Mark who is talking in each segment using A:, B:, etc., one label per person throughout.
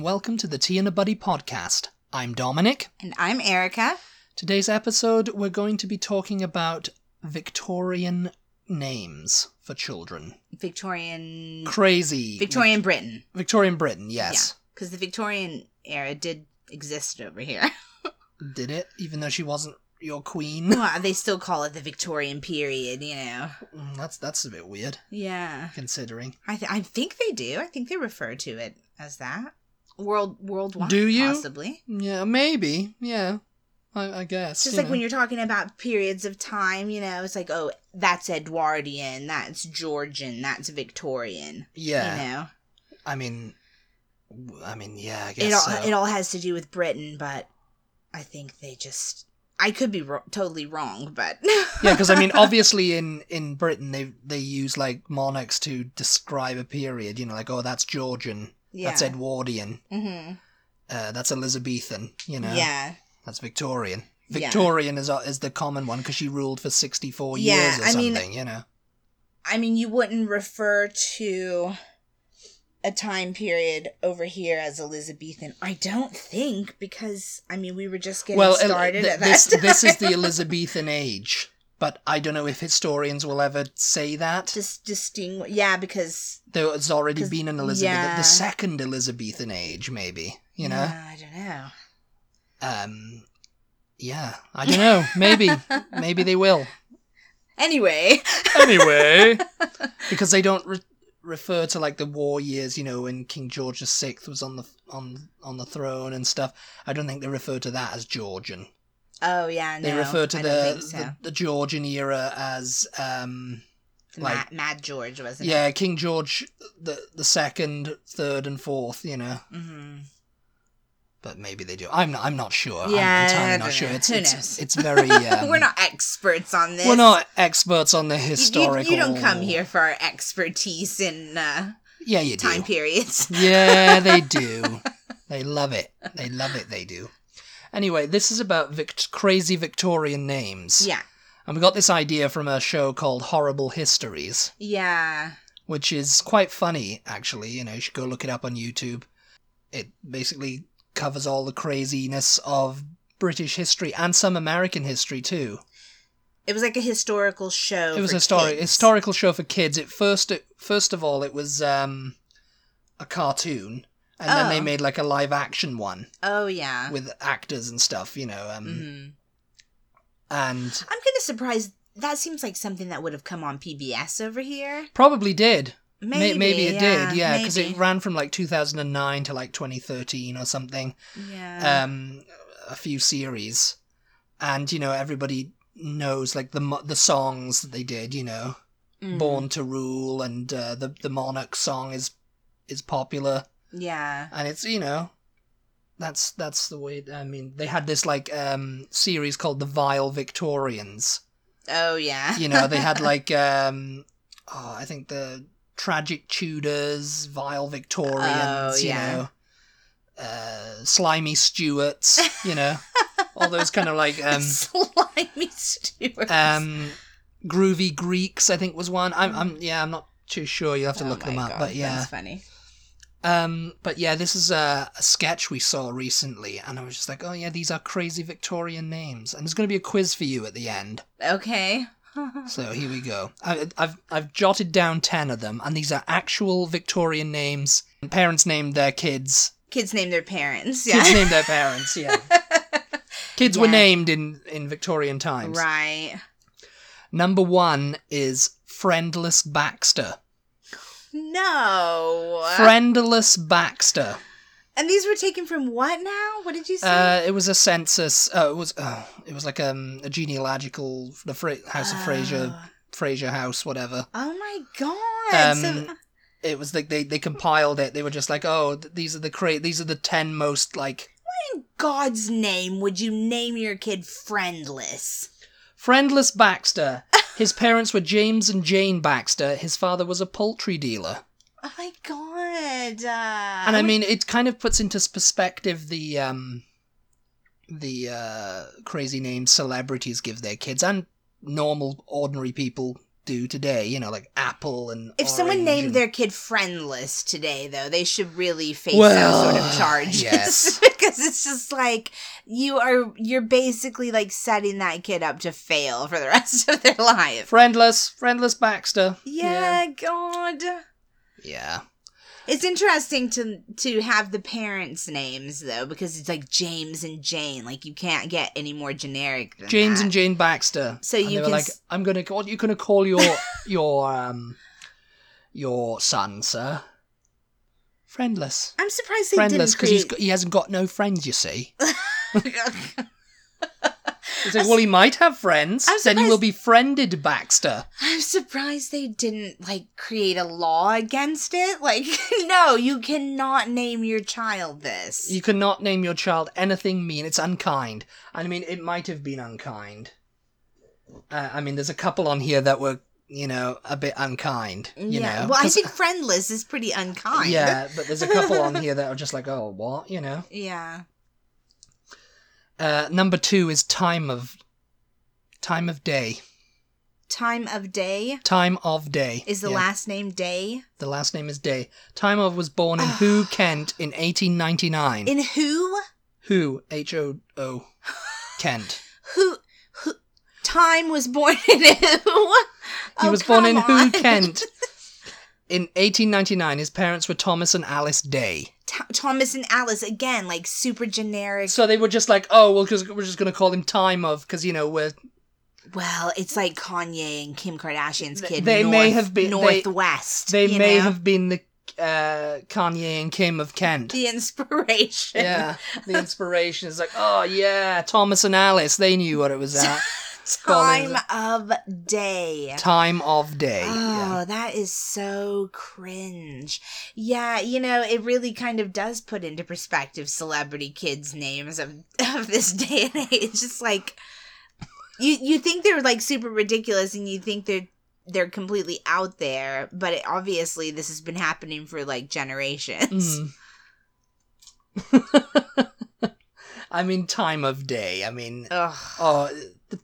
A: welcome to the Tea and a Buddy podcast. I'm Dominic.
B: And I'm Erica.
A: Today's episode, we're going to be talking about Victorian names for children.
B: Victorian.
A: Crazy.
B: Victorian Britain.
A: Victorian Britain, yes.
B: Because the Victorian era did exist over here.
A: Did it, even though she wasn't your queen.
B: Well, they still call it the Victorian period, you know.
A: Mm, that's that's a bit weird,
B: Yeah.
A: considering.
B: I, th- I think they do. I think they refer to it as that. World worldwide.
A: Do you?
B: Possibly.
A: Yeah, maybe. Yeah. I, I guess.
B: It's just
A: you
B: like
A: know.
B: when you're talking about periods of time, you know, it's like, oh, that's Edwardian, that's Georgian, that's Victorian.
A: Yeah.
B: You know,
A: I mean, w- I mean, yeah, I guess.
B: it all
A: so.
B: it all has to do with Britain, but I think they just I could be ro- totally wrong, but
A: yeah, because I mean, obviously in in Britain they they use like monarchs to describe a period. You know, like oh, that's Georgian, that's Edwardian,
B: hmm
A: uh, that's Elizabethan. You know,
B: Yeah.
A: that's Victorian.
B: Yeah.
A: Victorian is uh, is the common one because she ruled for sixty four
B: Yeah,
A: years or
B: I mean-
A: something. you know,
B: I mean, you wouldn't refer to a time period over here as Elizabethan. I don't think because I mean we were just getting
A: well, el-
B: started
A: th-
B: at that
A: this
B: time.
A: this is the Elizabethan age, but I don't know if historians will ever say that.
B: just distinguish. Yeah, because
A: There's already
B: 'Cause-
A: been an Elizabeth,
B: yeah.
A: the second Elizabethan age, maybe. You know.
B: Yeah, I don't know.
A: Um, yeah, I don't know. Maybe, maybe they will.
B: Anyway,
A: Anyway, because they don't re- refer to like the war years, you know, when King George VI was on the on on the throne and stuff. I don't think they refer to that as Georgian.
B: oh yeah, no,
A: They refer to
B: I
A: the,
B: don't think so.
A: the the Georgian era as um
B: The
A: like-
B: Mad, Mad George wasn't
A: yeah King George the the second, third, and fourth, you know.
B: it? Mm-hmm.
A: But maybe they do. I'm not. I'm not sure.
B: Yeah,
A: I'm entirely
B: I
A: not
B: don't
A: sure.
B: know.
A: It's
B: Who
A: it's,
B: knows?
A: it's very. Um,
B: We're not experts on this.
A: We're not experts on the
B: You- you-
A: historical.
B: You, don't come here for our expertise in uh,
A: Yeah, you do.
B: time periods.
A: yeah, they do. They love it. They love it. They do. Anyway, this is about Vic- crazy Victorian names.
B: Yeah,
A: And we got this idea from a show called Horrible Histories,
B: yeah.
A: which is quite funny, actually. You know, you should go look it up on YouTube. It basically covers all the craziness of British history and some American history, too.
B: It was like a historical show.
A: it was
B: for
A: a story,
B: kids.
A: historical show for kids. It first it, first of all it was um, a cartoon, and then they
B: Oh.
A: made like a live action one
B: Oh yeah.
A: with actors and stuff, you know. Um,
B: hmm
A: And
B: I'm kind of surprised. That seems like something that would have come on PBS over here.
A: probably did May-
B: Maybe,
A: maybe it
B: yeah,
A: did yeah because it
B: maybe.
A: ran from like 2009 to like 2013 or something.
B: yeah.
A: Um, a few series, and you know everybody knows like the mo- the songs that they did, you know.
B: Mm.
A: Born to Rule and uh, the the Monarch song is is popular.
B: Yeah.
A: and it's you know that's that's the way i mean they had this like um series called the vile victorians
B: Oh yeah.
A: you know they had like um oh i think the tragic tudors vile victorians
B: Oh, yeah.
A: you know uh slimy stuarts you know all those kind of like um
B: Slimy Stewart.
A: um groovy greeks i think was one i'm, I'm
B: Mm.
A: yeah i'm not too sure you'll have
B: Oh
A: to look them up but yeah
B: that's funny.
A: Um, but yeah, this is a, a sketch we saw recently, and I was just like, oh yeah, these are crazy Victorian names, and there's going to be a quiz for you at the end.
B: Okay.
A: So here we go. I, I've I've jotted down ten of them, and these are actual Victorian names. And parents named their kids.
B: Kids name their parents. Yeah.
A: Kids named their parents. Yeah, kids were
B: Yeah.
A: named in in Victorian times.
B: right.
A: Number one is friendless Baxter.
B: No.
A: Friendless Baxter.
B: and these were taken from what now? What did you say?
A: Uh, it was a census. Uh, it was uh, it was like um, a genealogical the Fra- House of Fraser,
B: Oh.
A: Fraser House, whatever.
B: Oh my god. so,
A: Um, It was like they, they compiled it. They were just like, oh, th- these are the cra- these are the ten most like
B: in God's name would you name your kid friendless?
A: friendless Baxter. His parents were James and Jane Baxter. His father was a poultry dealer.
B: Oh my god. Uh,
A: And I mean, it kind of puts into s- perspective the um, the uh, crazy names celebrities give their kids and normal, ordinary people do today, you know, like apple and
B: If someone
A: orange
B: named
A: and-
B: their kid friendless today, though, they should really face
A: Well, uh,
B: some sort of charges
A: yes.
B: because it's just like you are you're basically like setting that kid up to fail for the rest of their life.
A: friendless, friendless Baxter.
B: Yeah, God,
A: Yeah.
B: it's interesting to to have the parents' names though because it's like James and Jane. Like you can't get any more generic than
A: James
B: that.
A: and Jane Baxter.
B: So
A: And they
B: you
A: were
B: can
A: like,
B: s-
A: I'm gonna what you gonna call your your um your son, sir? Friendless.
B: I'm surprised they
A: friendless
B: didn't
A: because he's
B: create.
A: got, he hasn't got no friends. You see, it's like well he might have friends.
B: I'm
A: then he will
B: surprised-
A: be friended Baxter.
B: I'm surprised they didn't like create a law against it. Like, no, you cannot name your child this.
A: You cannot name your child anything mean. It's unkind. I mean, it might have been unkind. Uh, I mean, there's a couple on here that were you know a bit unkind. You
B: yeah.
A: know,
B: well, I
A: 'cause-
B: think friendless is pretty unkind.
A: yeah, but there's a couple on here that are just like oh what you know.
B: Yeah.
A: Uh, number two is time of time of day.
B: Time of day
A: Time of day
B: is the
A: Yeah,
B: last name day.
A: The last name is Day. Time of was born in Who, Kent, in 1899.
B: Ah. In who?
A: Who H O O Kent.
B: Who? Who? Time was born in who?
A: He
B: Oh,
A: was born in
B: come
A: Who,
B: on.
A: Kent. In 1899, his parents were Thomas and Alice Day.
B: Th- Thomas and Alice again, like super generic.
A: So they were just like, oh, well, because we're just going to call him Time of, because, you know, we're.
B: well, it's like Kanye and Kim Kardashian's
A: They-
B: kid.
A: they may
B: north-
A: have been- they-
B: northwest.
A: They
B: you
A: may
B: know?
A: have been the uh, Kanye and Kim of Kent.
B: the inspiration.
A: Yeah. The inspiration is like, oh, yeah, Thomas and Alice, they knew what it was at.
B: Time of day.
A: Time of day.
B: Oh, that is so cringe. Yeah, you know, it really kind of does put into perspective celebrity kids' names of, of this day and age. It's just like you you think they're like super ridiculous and you think they're they're completely out there, but it, obviously this has been happening for like generations.
A: Mm. Hmm. I mean, time of day. I mean,
B: Ugh.
A: oh, the,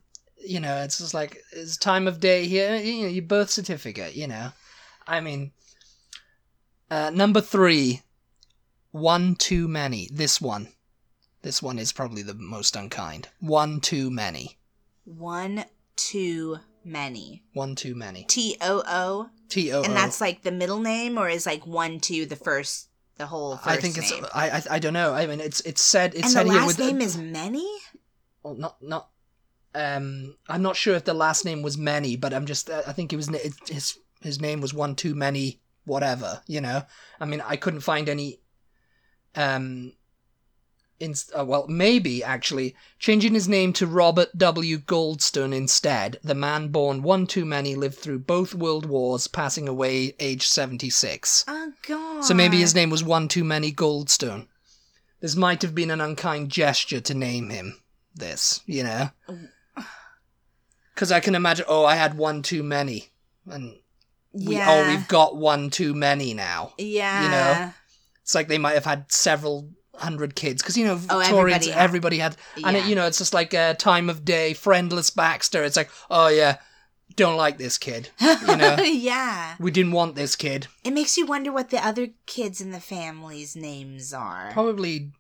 A: you know, it's just like it's time of day here. You know, your birth certificate. You know, I mean, uh, number three, one too many. This one, this one is probably the most unkind. One too many.
B: One too many.
A: One too many.
B: T O O
A: T O O.
B: and that's like the middle name or is like one two the first the whole first
A: I think it's.
B: name?
A: I, I I don't know. I mean, it's it's said it's
B: and the
A: said here
B: last
A: with
B: name is many
A: well, not not. Um, I'm not sure if the last name was many, but I'm just. I think it was it, his his name was one too many whatever. You know, I mean, I couldn't find any. Um. In, uh, well, maybe actually changing his name to Robert W. Goldstone instead. The man born one too many lived through both world wars, passing away age seventy six.
B: oh god
A: So maybe his name was one too many Goldstone. This might have been an unkind gesture to name him this, you know? Because I can imagine, oh, I had one too many. And we, oh,
B: yeah
A: we've got one too many now.
B: yeah
A: It's like they might have had several hundred kids. Because, you know,
B: Oh,
A: Victorians, everybody
B: everybody had-
A: had.
B: yeah.
A: and, it, you know, it's just like a time of day, friendless Baxter. It's like, oh, yeah, don't like this kid. you know.
B: yeah
A: We didn't want this kid.
B: it makes you wonder what the other kids in the family's names are
A: probably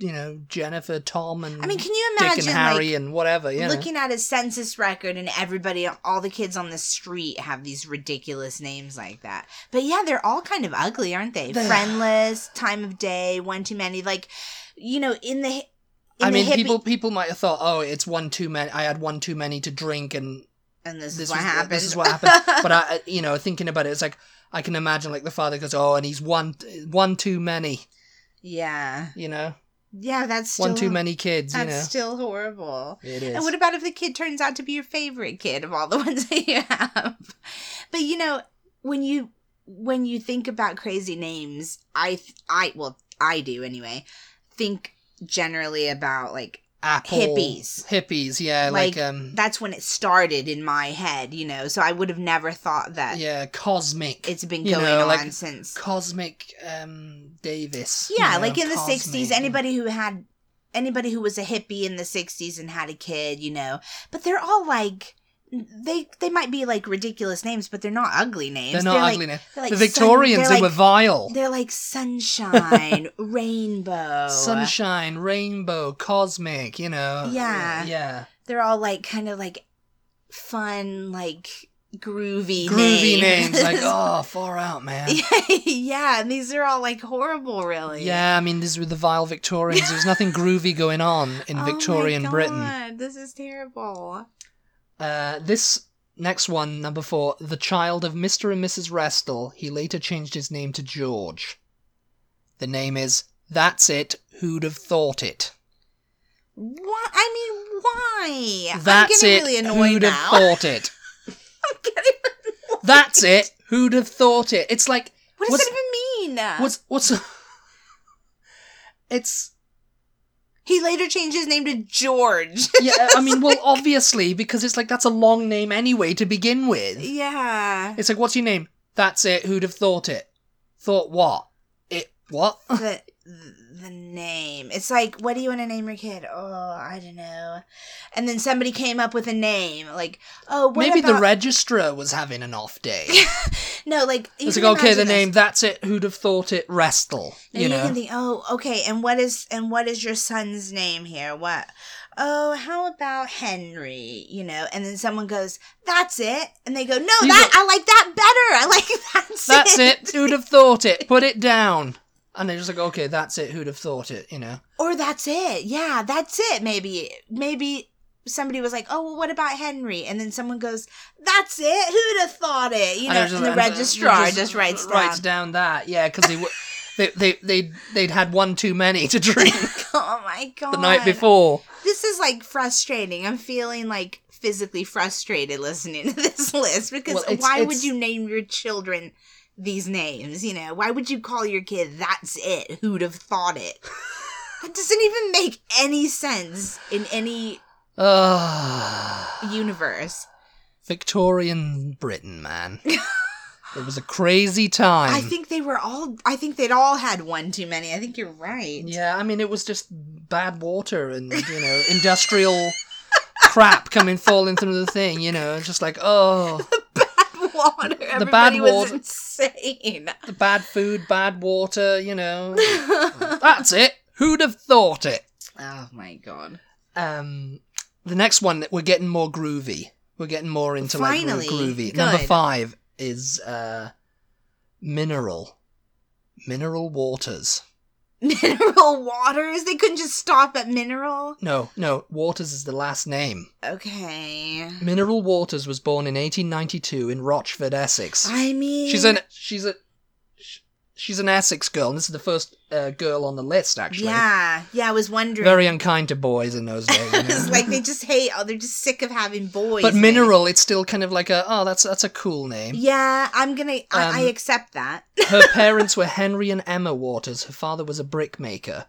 A: you know jennifer tom and
B: i mean can you
A: dick
B: imagine
A: and harry
B: like
A: and whatever you know
B: looking at a census record and everybody all the kids on the street have these ridiculous names like that but yeah they're all kind of ugly aren't they
A: They-
B: friendless time of day one too many like you know in the in
A: i
B: the
A: mean
B: hippie-
A: people people might have thought oh it's one too many i had one too many to drink and
B: and this,
A: this
B: is what
A: was-
B: happened
A: this is what happened. but i I- you know thinking about it it's like i can imagine like the father goes oh and he's one one too many
B: yeah
A: you know
B: yeah that's still,
A: one too many kids
B: that's
A: you know
B: still horrible
A: it
B: and
A: is
B: what about if the kid turns out to be your favorite kid of all the ones that you have? But you know, when you when you think about crazy names, I th- I well I do anyway. Think generally about like
A: apple
B: hippies?
A: hippies yeah like,
B: Like,
A: um
B: that's when it started in my head, you know. So I would have never thought that
A: yeah cosmic
B: it's been
A: You
B: going
A: know,
B: on
A: like,
B: since
A: cosmic um davis you
B: Yeah,
A: know,
B: like in the
A: Cosmic
B: sixties,
A: and-
B: anybody who had anybody who was a hippie in the sixties and had a kid, you know. But they're all like they they might be like ridiculous names, but they're not ugly names.
A: They're not
B: like-
A: ugly. now.
B: they're like
A: the
B: sun-
A: Victorians,
B: they're
A: they
B: like-
A: were vile.
B: They're like sunshine, rainbow.
A: Sunshine, rainbow, cosmic. You know.
B: Yeah.
A: Yeah.
B: They're all like kind of like fun, like groovy,
A: Groovy names like
B: names.
A: oh, far out, man.
B: yeah, and these are all like horrible, really.
A: Yeah, I mean, these were the vile Victorians. There was nothing groovy going on in
B: Oh my
A: Victorian Britain.
B: God, This is terrible.
A: Uh, this next one, number four, the child of Mr. and Mrs. Restle. He later changed his name to George. The name is That's It, Who'd Have Thought It.
B: Why? I mean, why?
A: That's
B: I'm
A: it,
B: getting really annoyed
A: who'd
B: now.
A: have thought it.
B: I'm getting-
A: That's it, who'd have thought it. It's like,
B: what does
A: What's-
B: that even mean?
A: what's, what's, it's,
B: he later changed his name to George.
A: yeah, I mean, well, obviously, because it's like, that's a long name anyway to begin with.
B: yeah.
A: It's like, what's your name? That's it. Who'd have thought it? Thought what? It what?
B: the the name. It's like, what do you want to name your kid? Oh, I don't know. And then somebody came up with a name, like, oh, what
A: Maybe the
B: about-
A: registrar was having an off day.
B: No, like you
A: it's
B: can
A: like okay, the
B: imagine
A: name.
B: this.
A: That's it. Who'd have thought it? Restle.
B: No,
A: you
B: you
A: know.
B: can think, oh, okay, and what is and what is your son's name here? What? Oh, how about Henry? You know, and then someone goes, "That's it," and they go, "No,
A: You
B: that I like that better. I like that's,
A: that's
B: it."
A: it. Who'd have thought it? Put it down. And they're just like, okay, that's it. Who'd have thought it? You know.
B: Or that's it. Yeah, that's it. Maybe maybe somebody was like, "Oh, well, what about Henry?" And then someone goes, "That's it. Who'd have thought it?" You know,
A: they're
B: and,
A: just
B: the
A: like-
B: registrar
A: just
B: just, writes down.
A: writes down that yeah, because they were. They they they they'd had one too many to drink
B: oh my god!
A: the night before.
B: This is like frustrating. I'm feeling like physically frustrated listening to this list because
A: Well, it's-
B: why
A: it's-
B: would you name your children these names? You know, why would you call your kid "That's it"? Who'd have thought it? that doesn't even make any sense in any
A: Ugh.
B: universe.
A: Victorian Britain, man. it was a crazy time.
B: I think they were all. I think they'd all had one too many. I think you're right.
A: Yeah, I mean, it was just bad water and, you know, industrial crap coming falling through the thing, you know, it's just like, oh,
B: Bad water. Everybody
A: bad
B: was
A: water-
B: insane.
A: the bad food, bad water, you know. Oh, That's it. Who'd have thought it?
B: oh my god.
A: Um, the next one, we're getting more groovy. We're getting more into
B: Finally,
A: like real groovy. Number
B: good.
A: five is uh, mineral. Mineral waters.
B: Mineral waters. They couldn't just stop at mineral.
A: No, no, Waters is the last name.
B: Okay.
A: Mineral Waters was born in 1892 in Rochford, Essex.
B: I mean,
A: She's an she's a sh- she's an Essex girl, and this is the first uh, girl on the list actually.
B: Yeah, yeah. I was wondering.
A: Very unkind to boys in those days. you know.
B: it's like they just hate. Oh, they're just sick of having boys.
A: but
B: in it.
A: mineral, it's still kind of like a oh that's that's a cool name.
B: Yeah, I'm gonna. I, I
A: Um,
B: accept that.
A: Her parents were Henry and Emma Waters. Her father was a brickmaker,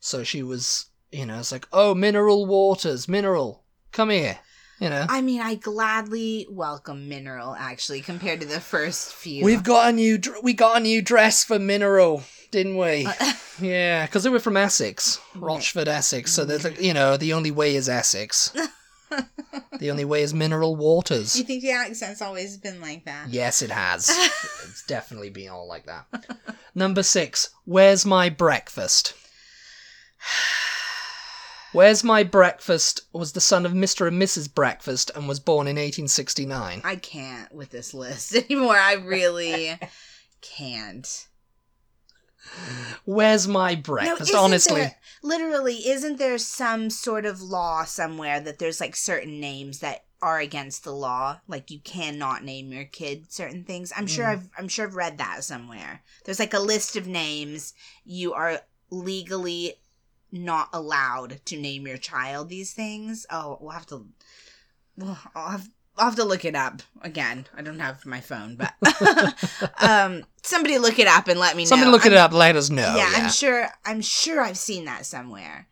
A: so she was you know it's like oh mineral Waters, mineral, come here, you know.
B: I mean, I gladly welcome mineral. Actually, compared to the first few,
A: We've got a new dr- we got a new dress for mineral, didn't we?
B: Uh,
A: Yeah, because they were from Essex,
B: Right.
A: Rochford, Essex. So there's, like, you know, the only way is Essex. the only way is mineral waters.
B: you think the accent's always been like that?
A: Yes, it has. it's definitely been all like that. Number six. Where's my breakfast? Where's my breakfast was the son of Mr. and Mrs. Breakfast and was born in 1869.
B: I can't with this list anymore. I really can't.
A: Where's my
B: No,
A: breakfast?
B: isn't
A: Honestly,
B: there- literally, isn't there some sort of law somewhere that there's like certain names that are against the law? Like you cannot name your kid certain things. I'm sure
A: Mm.
B: I've I'm sure I've read that somewhere. There's like a list of names you are legally not allowed to name your child these things. Oh, we'll have to well, I'll have I'll have to look it up again. I don't have my phone, but um, somebody look it up and let me
A: somebody
B: know.
A: look
B: I'm
A: it up. Let us know.
B: yeah,
A: Oh, Yeah,
B: I'm sure. I'm sure I've seen that somewhere,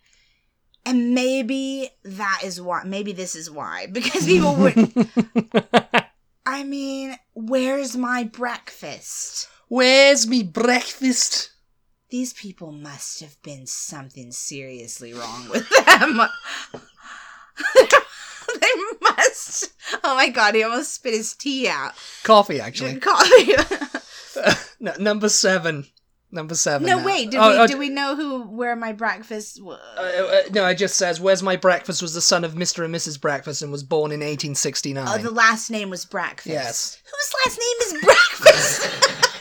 B: and maybe that is why. Maybe this is why because people would. I mean, where's my breakfast?
A: Where's me breakfast?
B: These people must have been something seriously wrong with them. they podcast. Oh my god, he almost spit his tea out.
A: Coffee, actually.
B: Coffee.
A: No, number seven. Number seven.
B: no,
A: now.
B: wait. Did
A: Oh,
B: we
A: oh,
B: do we know who where my breakfast? wa-
A: uh, uh, no, it just says, Where's My Breakfast was the son of Mr. and Mrs. Breakfast and was born in 1869.
B: Oh, the last name was Breakfast.
A: Yes.
B: Whose last name is Breakfast?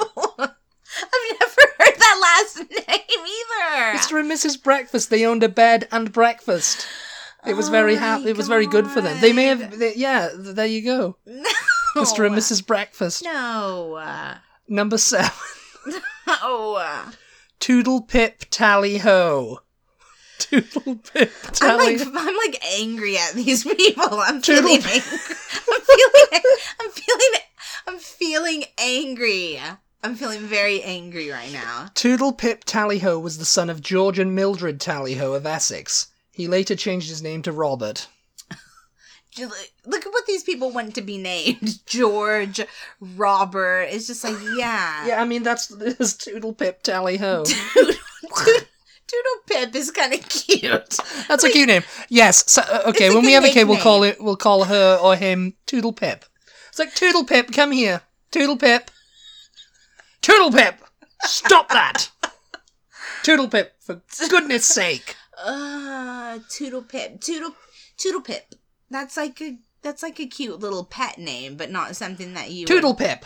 B: I've never heard that last name either.
A: Mr. and Mrs. Breakfast, they owned a bed and breakfast. It was very
B: Oh
A: hap-
B: my
A: It was very good for them. They may have.
B: God. Oh
A: They, yeah, th- there you go.
B: No.
A: Mr. and Mrs. Breakfast.
B: No.
A: Number seven.
B: Oh.
A: Toodle pip tally ho. Toodle pip
B: I'm
A: tally.
B: like, I'm like angry at these people. I'm
A: Toodle-
B: feeling angry. I'm feeling, I'm feeling, I'm feeling angry. I'm feeling very angry right now.
A: Toodle Pip Tallyho was the son of George and Mildred Tallyho of Essex. He later changed his name to Robert.
B: Ju- Look at what these people want to be named. George, Robert. It's just like, yeah.
A: Yeah, I mean that's, that's Toodle Pip Tallyho.
B: Toodle, Toodle, Toodle Pip is kind of cute.
A: That's a cute name. Yes. So, uh, okay.
B: It's a
A: When we
B: good
A: have a kid, we'll
B: nickname.
A: call it. We'll call her or him Toodle Pip. It's like Toodle Pip, come here. Toodle Pip. Toodle Pip, stop that. Toodle Pip, for goodness sake.
B: Uh, Toodle Pip. Toodle, Toodle Pip. That's like a. That's like a cute little pet name, but not something that you would-
A: Toodle Pip.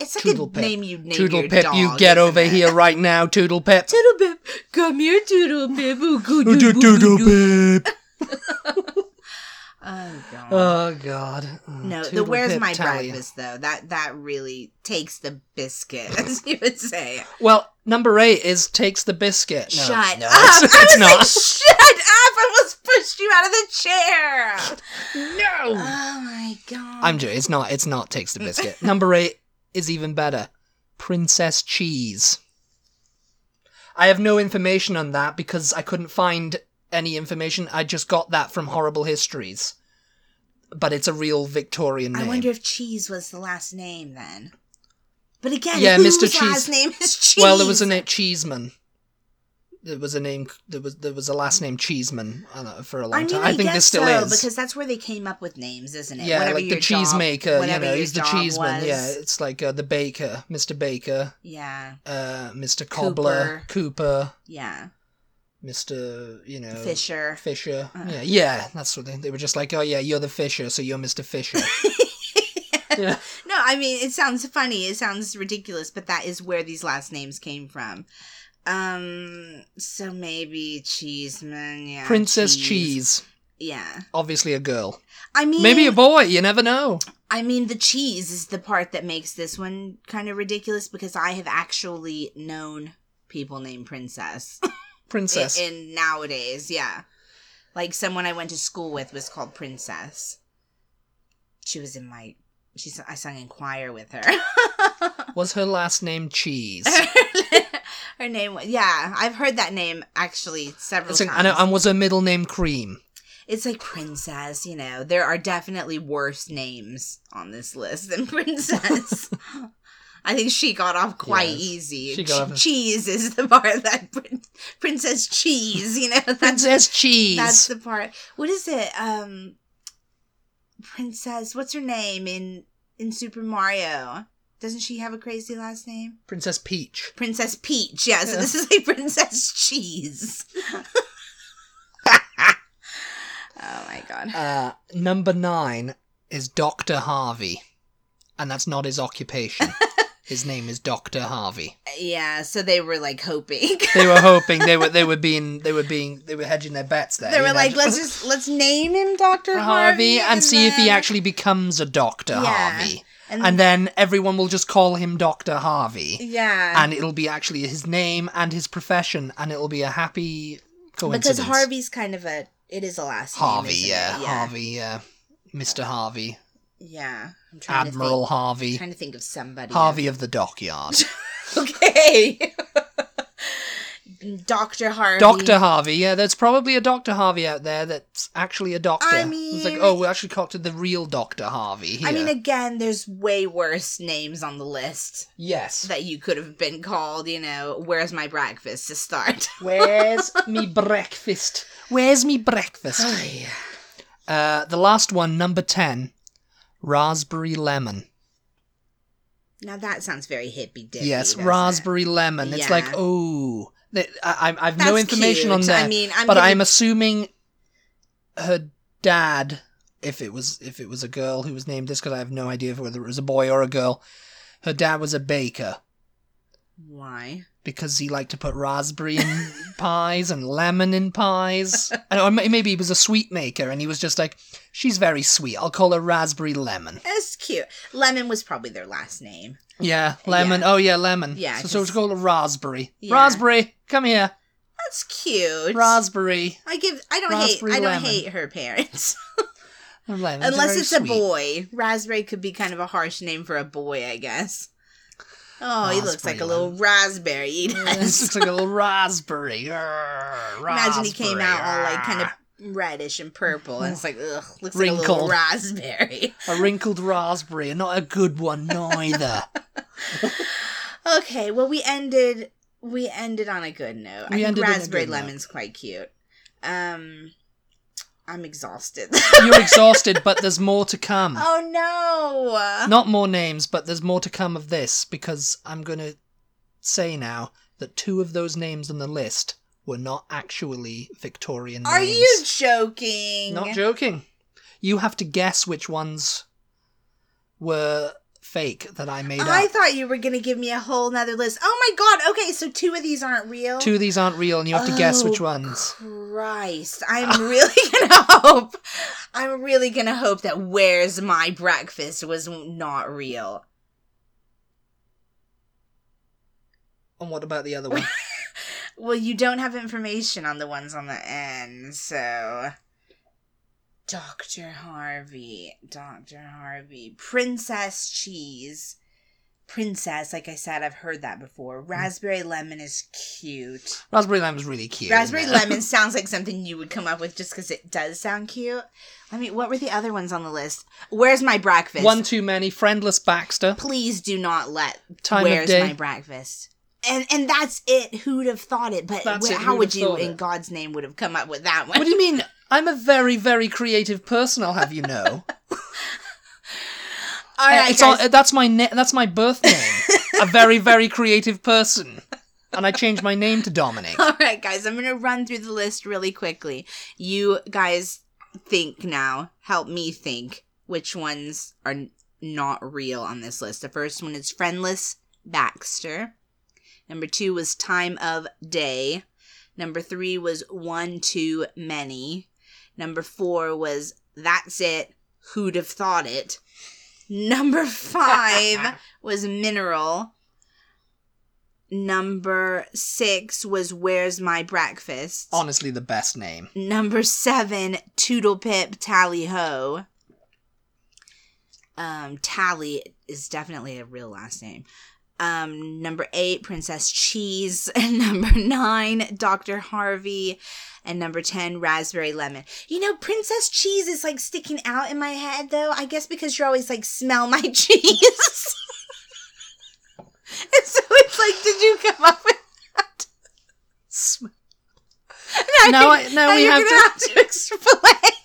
B: It's like
A: Toodle
B: a
A: Pip.
B: name you name
A: Toodle
B: your
A: Pip,
B: dog,
A: you get
B: isn't
A: over
B: it?
A: here right now, Toodle Pip.
B: Toodle Pip, come here, Toodle Pip. Ooh, goo doo boo doo
A: Toodle
B: doo.
A: Pip.
B: Oh god.
A: Oh God! Oh,
B: no, the
A: Toodle
B: where's
A: Pip
B: my
A: Tally.
B: breakfast though? That that really takes the biscuit, as you would say.
A: Well, number eight is takes the biscuit. No,
B: Shut
A: no,
B: up!
A: It's,
B: I
A: it's
B: was like, shut up! I almost pushed you out of
A: not.
B: the chair.
A: no.
B: Oh my god.
A: I'm joking. It's not. It's not takes the biscuit. number eight is even better. Princess Cheese. I have no information on that because I couldn't find any information. I just got that from Horrible Histories. But it's a real Victorian
B: I
A: name.
B: wonder if Cheese was the last name then. But again,
A: Yeah,
B: whose
A: Mr. Cheese.
B: last name is Cheese?
A: Well, there was a name Cheeseman. There was a name. There was there was a last name Cheeseman uh, for a long
B: I mean,
A: time.
B: I,
A: I think
B: guess
A: this still
B: so,
A: is.
B: because that's where they came up with names, isn't it?
A: yeah,
B: Whatever
A: like the
B: your
A: cheese
B: job-
A: maker. You
B: whatever
A: know,
B: your
A: he's the
B: job
A: cheeseman. Yeah,
B: was.
A: it's like uh, the baker, Mr. Baker,
B: yeah,
A: uh, Mr. Cobbler, Cooper,
B: yeah.
A: Mr. You know,
B: Fisher.
A: Fisher.
B: Uh.
A: Yeah, yeah, that's what they, they were just like. Oh yeah, you're the Fisher, so you're Mr. Fisher. yeah,
B: No, I mean it sounds funny. It sounds ridiculous, but that is where these last names came from. Um, so maybe Cheeseman. Yeah,
A: Princess cheese.
B: Yeah,
A: Obviously a girl.
B: I mean
A: Maybe a boy. You never know.
B: I mean, the cheese is the part that makes this one kind of ridiculous because I have actually known people named Princess. in,
A: Princess.
B: in nowadays, yeah. Like someone I went to school with was called Princess. She was in my. She s- I sung in choir with her.
A: Was her last name Cheese?
B: her name was yeah. I've heard that name actually several
A: It's like-
B: times.
A: and, and was her middle name Cream?
B: it's like princess, you know. There are definitely worse names on this list than princess. I think she got off quite
A: Yes,
B: easy.
A: she got
B: Che-
A: off-
B: cheese is the part that prin- princess cheese, you know. That's
A: Princess Cheese.
B: that's the part. What is it? Um Princess, what's her name in in Super Mario? Doesn't she have a crazy last name?
A: Princess Peach.
B: Princess Peach. Yeah, so
A: Yeah.
B: this is like Princess Cheese. oh my god.
A: Uh, number nine is Doctor Harvey, and that's not his occupation. his name is Doctor Harvey.
B: Yeah, so they were like hoping.
A: They were hoping they were they were being they were being they were hedging their bets there.
B: they
A: you
B: were
A: know, "Oh,
B: like, let's just let's name him Doctor
A: Harvey,
B: Harvey,
A: and, see if he
B: then-
A: actually becomes a Doctor
B: Yeah.
A: Harvey,
B: and,
A: and then everyone will just call him Doctor Harvey,
B: yeah,
A: and it'll be actually his name and his profession, and it'll be a happy coincidence.
B: because Harvey's kind of a it is a last name,
A: Harvey,
B: isn't it?
A: yeah, Harvey, yeah, Mr. Harvey,
B: yeah. I'm trying
A: Admiral
B: To
A: Harvey,
B: think, trying to think of somebody.
A: Harvey of the Dockyard,
B: Okay. Doctor Harvey.
A: Doctor Harvey. Yeah, there's probably a Doctor Harvey out there that's actually a doctor.
B: I
A: it's like,
B: mean-
A: oh, we actually cocked the real Doctor Harvey here.
B: I mean, again, there's way worse names on the list
A: yes.
B: that you could have been called, you know, Where's My Breakfast to start.
A: Where's me breakfast? Where's me breakfast?
B: yeah.
A: Uh, the last one, number 10, raspberry lemon.
B: Now that sounds very hippie dippy.
A: yes,
B: doesn't it?
A: raspberry lemon. It's like,
B: Yeah.
A: oh, that- I, I, I've
B: That's
A: no information
B: cute.
A: on that,
B: I mean, I'm
A: but
B: gonna-
A: I'm assuming her dad, if it was if it was a girl who was named this, because I have no idea whether it was a boy or a girl. Her dad was a baker
B: why?
A: because he liked to put raspberry in pies and lemon in pies. I know, maybe he was a sweet maker, and he was just like, she's very sweet. I'll call her raspberry lemon.
B: That's cute. Lemon was probably their last name.
A: Yeah, lemon. Oh yeah, lemon.
B: Yeah,
A: So, so it's
B: 'cause-
A: called a raspberry.
B: Yeah.
A: Raspberry, come here.
B: That's cute.
A: Raspberry.
B: I give. I don't
A: Raspberry
B: hate. I don't
A: lemon.
B: hate her parents.
A: Lemons are
B: Unless
A: very
B: it's a
A: sweet.
B: boy. Raspberry could be kind of a harsh name for a boy, I guess. Oh, he looks
A: Raspberry
B: like a little
A: lemon.
B: raspberry. He
A: Yeah, this
B: does.
A: looks like a little raspberry. Grrr,
B: Imagine he came
A: raspberry,
B: out all like kind
A: grrr.
B: of reddish and purple, and it's like, ugh, looks like a little
A: Wrinkled.
B: raspberry.
A: a wrinkled raspberry, and not a good one neither.
B: Okay, well we ended we ended on a good note.
A: We
B: I
A: ended
B: think
A: on a
B: raspberry
A: good note.
B: lemon's quite cute. Um I'm exhausted.
A: You're exhausted, but there's more to come.
B: oh no.
A: Not more names, but there's more to come of this because I'm going to say now that two of those names on the list were not actually Victorian
B: Are
A: names.
B: you joking?
A: Not joking. You have to guess which ones were fake that I made
B: I
A: up.
B: thought you were gonna give me a whole nother list. Oh my god, okay, so two of these aren't real.
A: Two of these aren't real, and you have to guess which
B: Oh,
A: ones.
B: Christ. I'm really gonna hope I'm really gonna hope that Where's My Breakfast was not real.
A: And what about the other one?
B: Well, you don't have information on the ones on the end, so. Dr. Harvey, Dr. Harvey, Princess Cheese. Princess, like I said, I've heard that before. Raspberry lemon is cute.
A: Raspberry lemon's really cute. isn't
B: Raspberry
A: it?
B: lemon sounds like something you would come up with just because it does sound cute. I mean, what were the other ones on the list? Where's my breakfast?
A: One too many. Friendless Baxter.
B: Please do not let
A: Time
B: Where's
A: of day.
B: my breakfast? And and that's it. Who'd have thought it? But
A: That's
B: wh-
A: it,
B: how
A: who'd
B: would
A: have
B: you,
A: thought
B: in
A: it?
B: God's name, would have come up with that one?
A: What do you mean? I'm a very, very creative person. I'll have you know.
B: all
A: Uh,
B: right,
A: it's all,
B: guys.
A: uh, that's my na- that's my birth name. a very, very creative person, and I changed my name to Dominic.
B: all right, guys. I'm gonna run through the list really quickly. You guys think now. Help me think which ones are n- not real on this list. The first one is friendless Baxter. Number two was time of day. Number three was one too many. Number four was that's it. Who'd have thought it? Number five was mineral. Number six was where's my breakfast?
A: Honestly, the best name.
B: Number seven, Toodle Pip Tally Ho. Um, Tally is definitely a real last name. Um, number eight, Princess Cheese. number nine, Dr. Harvey. And number 10, Raspberry Lemon. You know, Princess Cheese is like sticking out in my head though. I guess because you're always like, smell my cheese. and so it's like, did you come up with that?
A: Now,
B: you-
A: I, now
B: now
A: we
B: you're
A: have
B: gonna
A: to.
B: have to explain.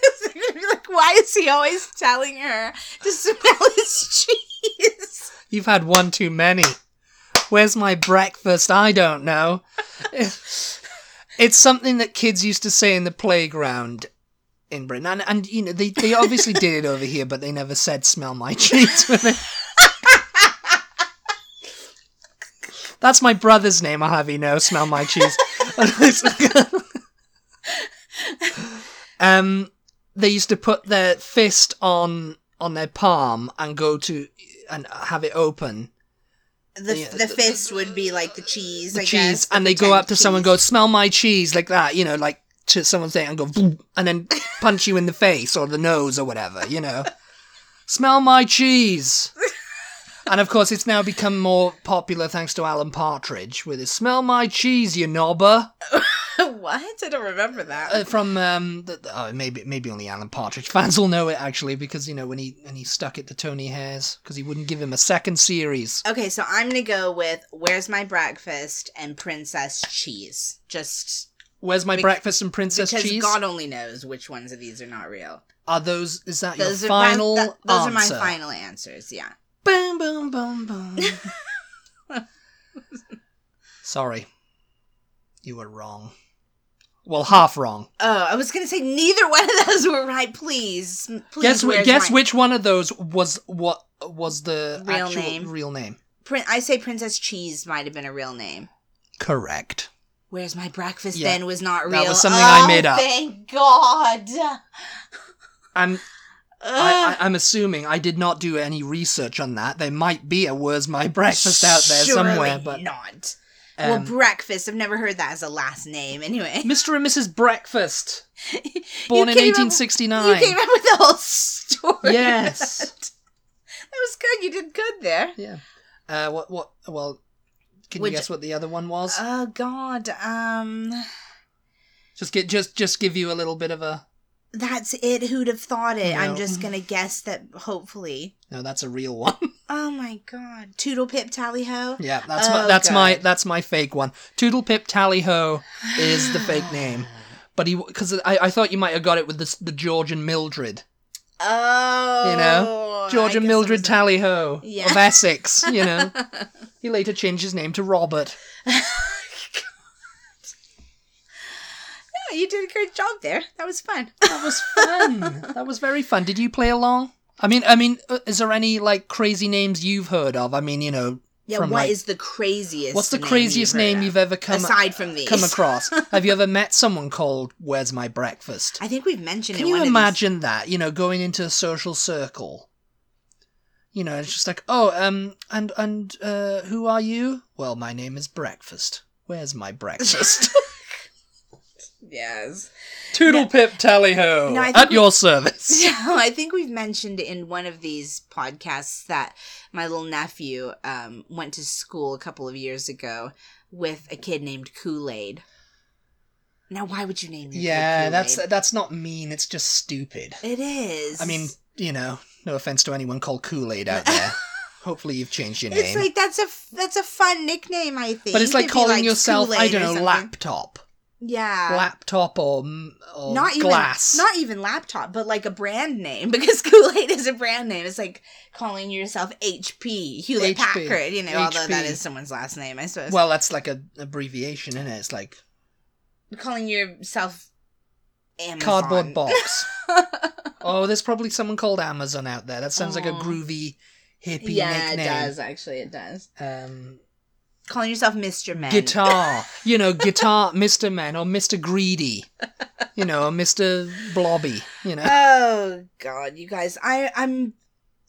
B: It's gonna be like, why is he always telling her to smell his cheese?
A: You've had one too many. Where's my breakfast? I don't know. It's something that kids used to say in the playground in Britain. And, and you know, they, they obviously did it over here, but they never said smell my cheese with it. That's my brother's name, I'll have you know, smell my cheese. um they used to put their fist on on their palm and go to and have it open
B: The,
A: Yeah.
B: the fist would be like the cheese,
A: the
B: I
A: cheese,
B: guess. the
A: and they go
B: pretend
A: up to someone, and
B: cheese.
A: go smell my cheese like that, you know, like to someone's thing, and go, "Vroom," and then punch you in the face or the nose or whatever, you know, smell my cheese. and of course, it's now become more popular thanks to Alan Partridge with his "Smell my cheese, you knobber"
B: what? I don't remember that.
A: uh, from um, the, the- oh, maybe maybe only Alan Partridge fans will know it actually because you know when he when he stuck it to Tony Hares because he wouldn't give him a second series.
B: okay, so I'm gonna go with Where's My Breakfast and Princess Cheese. Just
A: Where's my
B: Bec-
A: breakfast and princess
B: because
A: cheese?
B: God only knows which ones of these are not real.
A: Are those? Is that
B: Those
A: your
B: are that-
A: final
B: that- those are my
A: answer?
B: final answers. Yeah.
A: Boom, boom, boom, boom. Sorry, you were wrong. Well, half wrong.
B: Oh, I was gonna say neither one of those were right. Please, please.
A: guess wh-
B: where's
A: guess
B: my-
A: which one of those was what was the
B: Real
A: actual
B: name.
A: real name?
B: Prin- I say Princess Cheese might have been a real name.
A: Correct.
B: Where's my breakfast
A: Yeah,
B: then was not
A: that
B: real.
A: was something I
B: Oh,
A: made up.
B: Thank God.
A: And I,
B: Ugh.
A: I, I'm assuming I did not do any research on that. There might be a "Where's My Breakfast" out there somewhere,
B: Surely
A: but
B: not. well,
A: um,
B: breakfast. I've never heard that as a last name. Anyway,
A: Mr. and Mrs. Breakfast,
B: You
A: born in
B: came up- You
A: 1869.
B: came up with the whole story.
A: Yes.
B: that was good. You did good there.
A: Uh, what? What? Well, can
B: Which-
A: you guess what the other one was?
B: Oh God. Um,
A: just get just just give you a little bit of a.
B: that's it. Who'd have thought it? I'm
A: No.
B: just gonna guess that. Hopefully.
A: No, that's a real one.
B: Oh my God. Toodle pip tally ho.
A: yeah, that's
B: Oh,
A: my, that's my
B: God.
A: that's my fake one. Toodle Pip Tally Ho is the fake name. But he, because I, I thought you might have got it with the, s- the George and Mildred,
B: Oh.
A: George
B: I
A: and
B: guess
A: Mildred
B: it was-
A: Tally Ho
B: Yeah.
A: of Essex. You know, he later changed his name to Robert.
B: Yeah, you did a great job there. That was fun.
A: That was fun. that was very fun. Did you play along? I mean, I mean, uh, is there any like crazy names you've heard of? I mean, you know,
B: Yeah. What
A: From,
B: is
A: like-
B: the craziest?
A: What's the
B: name
A: craziest
B: heard
A: name
B: of?
A: you've ever come
B: aside from these?
A: come across? Have you ever met someone called "Where's my breakfast"?
B: I think we've mentioned
A: Can
B: it.
A: you
B: one
A: imagine that? You know, going into a social circle. You know, it's just like, oh, um, and and uh, who are you? Well, my name is Breakfast. Where's my breakfast?
B: Of these. Yes.
A: Toodle pip tally ho
B: No, I think
A: at
B: we-
A: your service.
B: So I think we've mentioned in one of these podcasts that my little nephew um, went to school a couple of years ago with a kid named Kool Aid. Now, why would you name your
A: yeah,
B: kid
A: that's
B: Kool-Aid?
A: that's not mean. It's just stupid.
B: it is.
A: I mean, you know, no offense to anyone called Kool Aid out there. Hopefully, you've changed your name.
B: it's like that's a f- that's a fun nickname. I think,
A: but it's like
B: if he
A: calling
B: likes
A: yourself, I
B: Kool-Aid or
A: don't know,
B: something.
A: laptop.
B: Yeah.
A: laptop or, m- or
B: not even
A: glass.
B: not even laptop, but like a brand name because Kool Aid is a brand name. It's like calling yourself HP
A: HP,
B: Hewlett Packard, you know, although that
A: HP.
B: is someone's last name, I suppose.
A: well, that's like an abbreviation, isn't it? It's like
B: calling yourself Amazon.
A: cardboard box. oh, there's probably someone called Amazon out there. That sounds like a
B: Aw.
A: groovy, hippie
B: yeah, it
A: nickname.
B: does actually. It does.
A: Um,
B: Calling yourself Mr. Men.
A: guitar, you know, guitar, Mister Man or Mister Greedy, you know, or Mister Blobby, you know.
B: Oh God, you guys, I I'm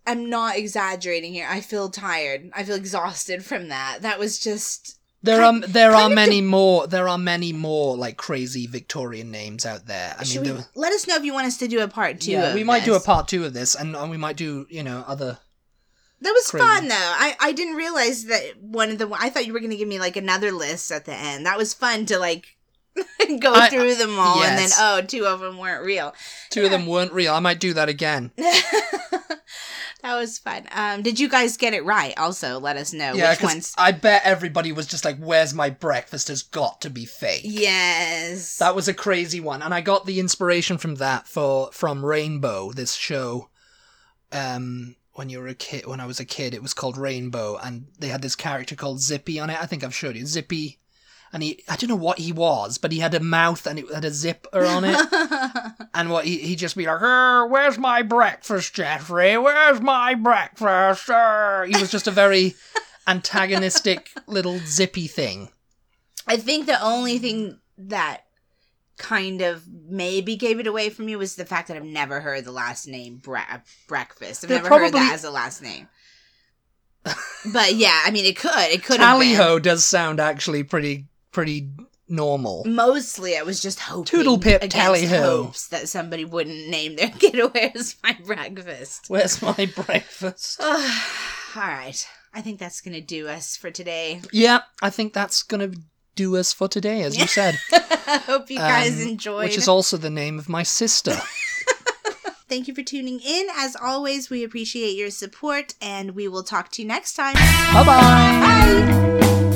B: I'm not exaggerating here. I feel tired. I feel exhausted from that. That was just
A: There are
B: kind-
A: there
B: kind
A: are
B: of
A: many more. There are many more like crazy Victorian names out there. I
B: should
A: mean,
B: we,
A: there,
B: let us know if you want us to do a part two.
A: yeah,
B: of
A: we might do a
B: this.
A: part two of this, and, and we might do you know other
B: That was
A: Crazy.
B: fun though. I, I didn't realize that one of the I thought you were gonna give me like another list at the end. That was fun to like go
A: I-
B: through them all and then
A: yes.
B: oh two of them weren't real.
A: Two of them weren't real. I might do that again.
B: that was fun. Um, did you guys get it right? Also, let us know
A: yeah,
B: which
A: 'cause
B: ones.
A: I bet everybody was just like, "Where's my breakfast?" Has got to be fake.
B: Yes.
A: That was a crazy one, and I got the inspiration from that for from Rainbow, this show. Um, when you were a kid, when I was a kid, it was called Rainbow, and they had this character called Zippy on it. I think I've showed you Zippy, and he I don't know what he was, but he had a mouth and it had a zipper on it. And what he he just be like, "Er, "Where's my breakfast, Jeffrey? Where's my breakfast?" Er? He was just a very antagonistic little zippy thing.
B: I think the only thing that kind of maybe gave it away from you was the fact that I've never heard the last name Bra- breakfast. I've
A: They're
B: never heard
A: probably-
B: that as a last name. but yeah, I mean, it could. It could have
A: Tally
B: been.
A: ho does sound actually pretty pretty normal.
B: Mostly, I was just hoping
A: Toodle pip,
B: against
A: tally ho.
B: hopes that somebody wouldn't name their kid "Where's My Breakfast."
A: Where's my breakfast?
B: Ugh. all right, I think that's gonna do us for today.
A: Yeah, I think that's gonna do us for today, as you said,
B: Hope you guys
A: Um,
B: enjoyed.
A: which is also the name of my sister.
B: Thank you for tuning in. As always, we appreciate your support, and we will talk to you next time.
A: Bye-bye.
B: Bye.